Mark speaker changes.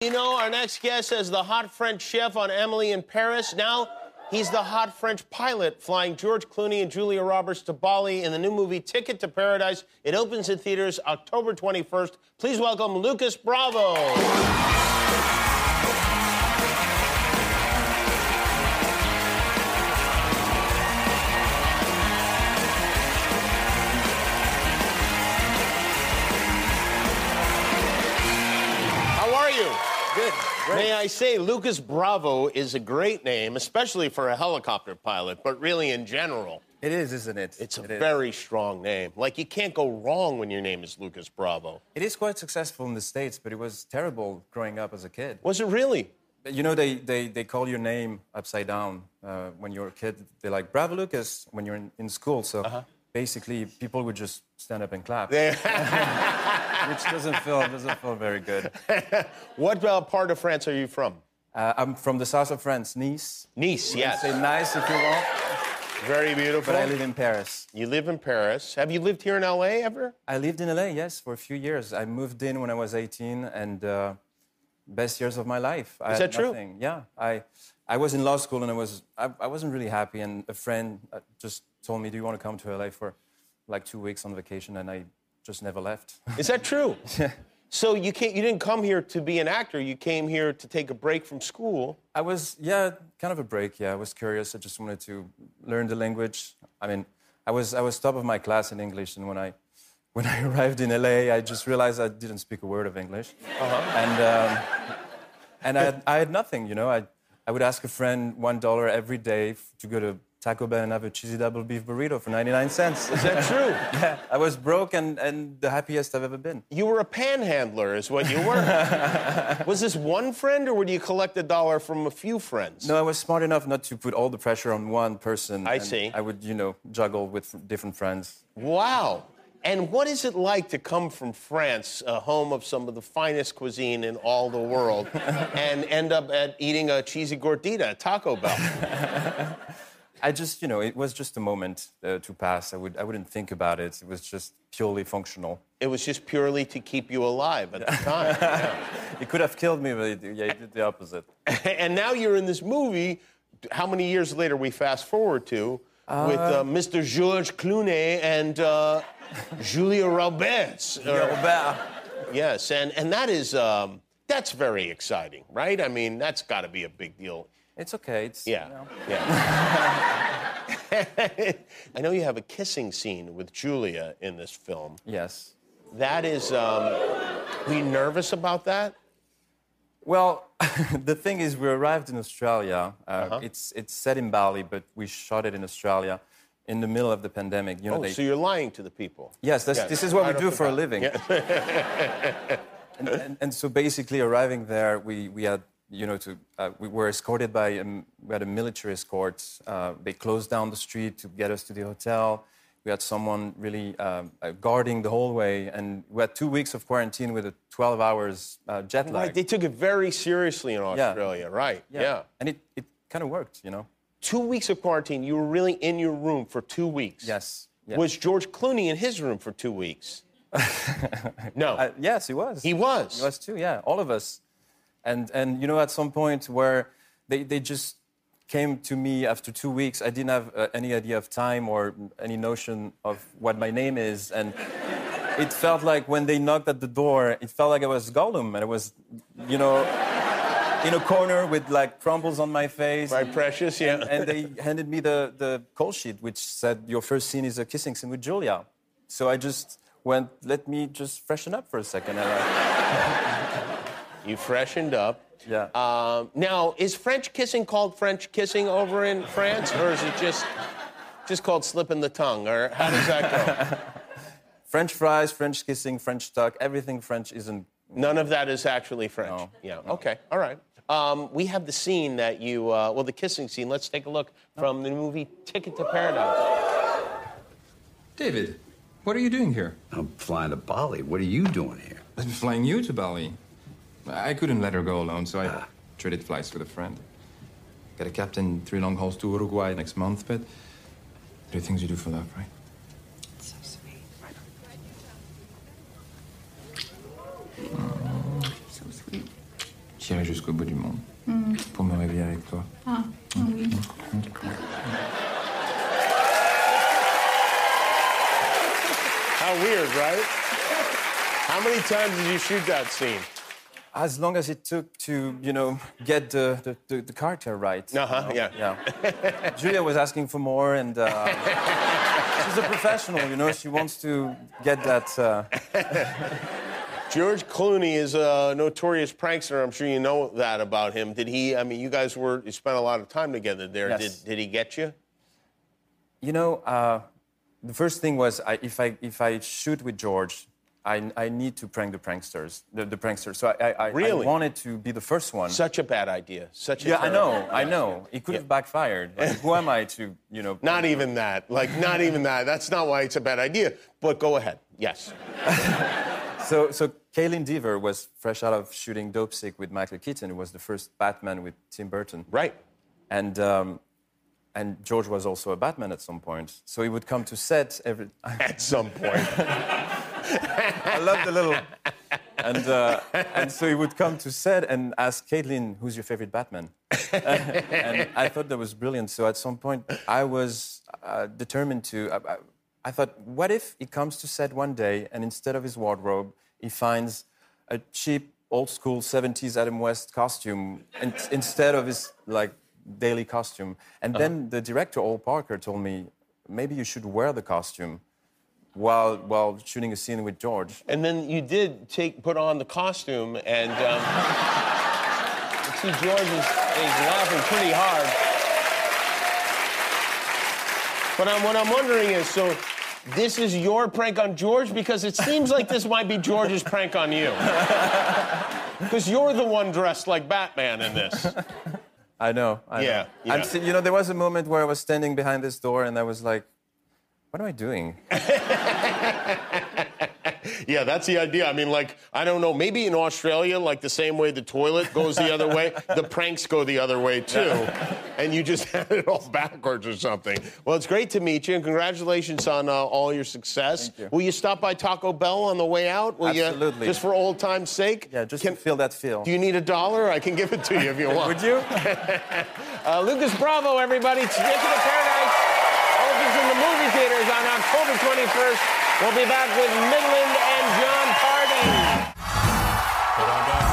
Speaker 1: You know, our next guest is the hot French chef on Emily in Paris. Now he's the hot French pilot flying George Clooney and Julia Roberts to Bali in the new movie Ticket to Paradise. It opens in theaters October 21st. Please welcome Lucas Bravo. How are you?
Speaker 2: Good. Great.
Speaker 1: May I say, Lucas Bravo is a great name, especially for a helicopter pilot, but really in general.
Speaker 2: It is, isn't it?
Speaker 1: It's a
Speaker 2: It is.
Speaker 1: very strong name. Like, you can't go wrong when your name is Lucas Bravo.
Speaker 2: It is quite successful in the States, but it was terrible growing up as a kid.
Speaker 1: Was it really?
Speaker 2: You know, they, they, they call your name upside down uh, when you're a kid. They're like, Bravo Lucas, when you're in, in school. So
Speaker 1: Uh-huh.
Speaker 2: basically, people would just stand up and clap. which doesn't feel, doesn't feel very good.
Speaker 1: What uh, part of France are you from?
Speaker 2: Uh, I'm from the south of France, Nice.
Speaker 1: Nice,
Speaker 2: You can
Speaker 1: yes.
Speaker 2: Say nice if you want,
Speaker 1: Very beautiful.
Speaker 2: but I live in Paris.
Speaker 1: You live in Paris. Have you lived here in LA ever?
Speaker 2: I lived in LA, yes, for a few years. I moved in when I was 18, and uh, best years of my life. I
Speaker 1: Is
Speaker 2: had
Speaker 1: that true?
Speaker 2: nothing. Yeah, I I was in law school and I was I, I wasn't really happy, and a friend uh, just told me, "Do you want to come to LA for like two weeks on vacation?" And I just never left.
Speaker 1: Is that true? so you can't. You didn't come here to be an actor. You came here to take a break from school.
Speaker 2: I was yeah, kind of a break. Yeah, I was curious. I just wanted to learn the language. I mean, I was I was top of my class in English, and when I when I arrived in LA, I just realized I didn't speak a word of English,
Speaker 1: Uh-huh.
Speaker 2: and um, and I had, I had nothing. You know, I I would ask a friend one dollar every day f- to go to Taco Bell and have a cheesy double beef burrito for ninety nine cents.
Speaker 1: Is that true?
Speaker 2: yeah, I was broke and and the happiest I've ever been.
Speaker 1: you were a panhandler, is what you were. Was this one friend, or would you collect a dollar from a few friends?
Speaker 2: No, I was smart enough not to put all the pressure on one person.
Speaker 1: I
Speaker 2: and
Speaker 1: see.
Speaker 2: I would, you know, juggle with different friends.
Speaker 1: Wow. And what is it like to come from France, a home of some of the finest cuisine in all the world, and end up at eating a cheesy gordita at Taco Bell?
Speaker 2: I just, you know, it was just a moment uh, to pass. I would, I wouldn't think about it. It was just purely functional.
Speaker 1: It was just purely to keep you alive at the time.
Speaker 2: It could have killed me, but it, yeah, it did the opposite.
Speaker 1: and now you're in this movie. How many years later we fast forward to with uh, Mr. George Clooney and uh, Julia Roberts?
Speaker 2: Yeah,
Speaker 1: Or-
Speaker 2: Robert.
Speaker 1: yes, and and that is um, that's very exciting, right? I mean, that's got to be a big deal.
Speaker 2: It's okay. It's,
Speaker 1: Yeah,
Speaker 2: you know.
Speaker 1: yeah. I know you have a kissing scene with Julia in this film.
Speaker 2: Yes.
Speaker 1: That is, um, were you nervous about that?
Speaker 2: Well, the thing is, we arrived in Australia. Uh,
Speaker 1: Uh-huh.
Speaker 2: It's it's set in Bali, but we shot it in Australia, in the middle of the pandemic. You know,
Speaker 1: Oh,
Speaker 2: they,
Speaker 1: so you're lying to the people.
Speaker 2: yes, that's,
Speaker 1: Yeah,
Speaker 2: this is what
Speaker 1: right
Speaker 2: we
Speaker 1: off
Speaker 2: do
Speaker 1: the
Speaker 2: for a
Speaker 1: bat.
Speaker 2: living. and, and, and so basically, arriving there, we, we had, you know, to, uh, we were escorted by, um, we had a military escort. Uh, they closed down the street to get us to the hotel. We had someone really um, uh, guarding the hallway, and we had two weeks of quarantine with a 12 hours uh, jet lag.
Speaker 1: Right, they took it very seriously in Australia, right? Yeah.
Speaker 2: And it, it kind of worked, you know?
Speaker 1: Two weeks of quarantine, you were really in your room for two weeks.
Speaker 2: Yes. yeah.
Speaker 1: Was George Clooney in his room for two weeks? no.
Speaker 2: Uh, yes, it was.
Speaker 1: he was.
Speaker 2: Us too, yeah, all of us. And and you know, at some point where they they just came to me after two weeks, I didn't have uh, any idea of time or any notion of what my name is, and it felt like when they knocked at the door, it felt like I was Gollum, and I was, you know. In a corner with like crumbles on my face,
Speaker 1: Right, Precious, yeah.
Speaker 2: and they handed me the, the call sheet, which said, Your first scene is a kissing scene with Julia. So I just went, Let me just freshen up for a second. And I,
Speaker 1: you freshened up.
Speaker 2: yeah.
Speaker 1: Um, now, is French kissing called French kissing over in France, or is it just just called slipping the tongue, or how does that go?
Speaker 2: French fries, French kissing, French talk, everything French isn't.
Speaker 1: None of that is actually French.
Speaker 2: No,
Speaker 1: yeah.
Speaker 2: no.
Speaker 1: Okay. All right. Um, we have the scene that you, uh, well, the kissing scene. Let's take a look from the movie Ticket to Paradise.
Speaker 3: David, what are you doing here?
Speaker 4: I'm flying to Bali. What are you doing here?
Speaker 3: I'm flying you to Bali. I couldn't let her go alone, so
Speaker 5: Ah.
Speaker 3: I traded flights with a friend. Got a captain, three long hauls to Uruguay next month, but there are things you do for love, right?
Speaker 5: So sweet. So sweet.
Speaker 3: Mm.
Speaker 5: Mm.
Speaker 3: J'irai jusqu'au bout du monde pour me réveiller avec toi.
Speaker 1: How weird, right? How many times did you shoot that scene?
Speaker 2: As long as it took to, you know, get the, the, the, the character right. you
Speaker 1: Uh-huh,
Speaker 2: know?
Speaker 1: yeah.
Speaker 2: Yeah. Julia was asking for more, and uh, she's a professional, you know. She wants to get that. Uh,
Speaker 1: George Clooney is a notorious prankster. I'm sure you know that about him. Did he? I mean, you guys were you spent a lot of time together there.
Speaker 2: Yes.
Speaker 1: Did did he get you?
Speaker 2: You know, uh, the first thing was I, if I if I shoot with George, I, I need to prank the pranksters, the, the pranksters. So I, I, I-
Speaker 1: Really?
Speaker 2: I wanted to be the first one.
Speaker 1: Such a bad idea. Such a
Speaker 2: yeah, I
Speaker 1: terrible-
Speaker 2: know, I know. It could have backfired. Like, who am I to, you know?
Speaker 1: Not even that. Like not even that. That's not why it's a bad idea. But go ahead. Yes.
Speaker 2: So so Kaylin Dever was fresh out of shooting Dope Sick with Michael Keaton, who was the first Batman with Tim Burton.
Speaker 1: Right.
Speaker 2: and um, and George was also a Batman at some point. So he would come to set every. I
Speaker 1: At some point.
Speaker 2: love the little. And uh, and so he would come to set and ask Caitlin, "Who's your favorite Batman?" and I thought that was brilliant. So at some point, I was uh, determined to. I, I, I thought, what if he comes to set one day and instead of his wardrobe, he finds a cheap old school 70s Adam West costume in, instead of his like daily costume. And then the director, Ol Parker, told me, maybe you should wear the costume while while shooting a scene with George.
Speaker 1: And then you did take put on the costume, and um, I see George is, is laughing pretty hard. But I'm, what I'm wondering is, so this is your prank on George because it seems like this might be George's prank on you, because you're the one dressed like Batman in this.
Speaker 2: I know. I
Speaker 1: Yeah,
Speaker 2: Know. I'm
Speaker 1: yeah.
Speaker 2: sti- you know, there was a moment where I was standing behind this door and I was like, what am I doing?
Speaker 1: Yeah, that's the idea. I mean, like, I don't know, maybe in Australia, like the same way the toilet goes the other way, the pranks go the other way too. and you just had it all backwards or something. Well, it's great to meet you, and congratulations on uh, all your success.
Speaker 2: Thank you.
Speaker 1: Will you stop by Taco Bell on the way out? Will ya-
Speaker 2: Absolutely.
Speaker 1: just for old time's sake?
Speaker 2: Yeah, just
Speaker 1: Can-
Speaker 2: to feel that feel.
Speaker 1: Do you need a dollar? I can give it to you if you want.
Speaker 2: Would you?
Speaker 1: Uh, Lucas Bravo, everybody. It's Dick of Paradise. Opens in the movie theaters on October 21st. We'll be back with Midland and John Party.
Speaker 6: Put on down.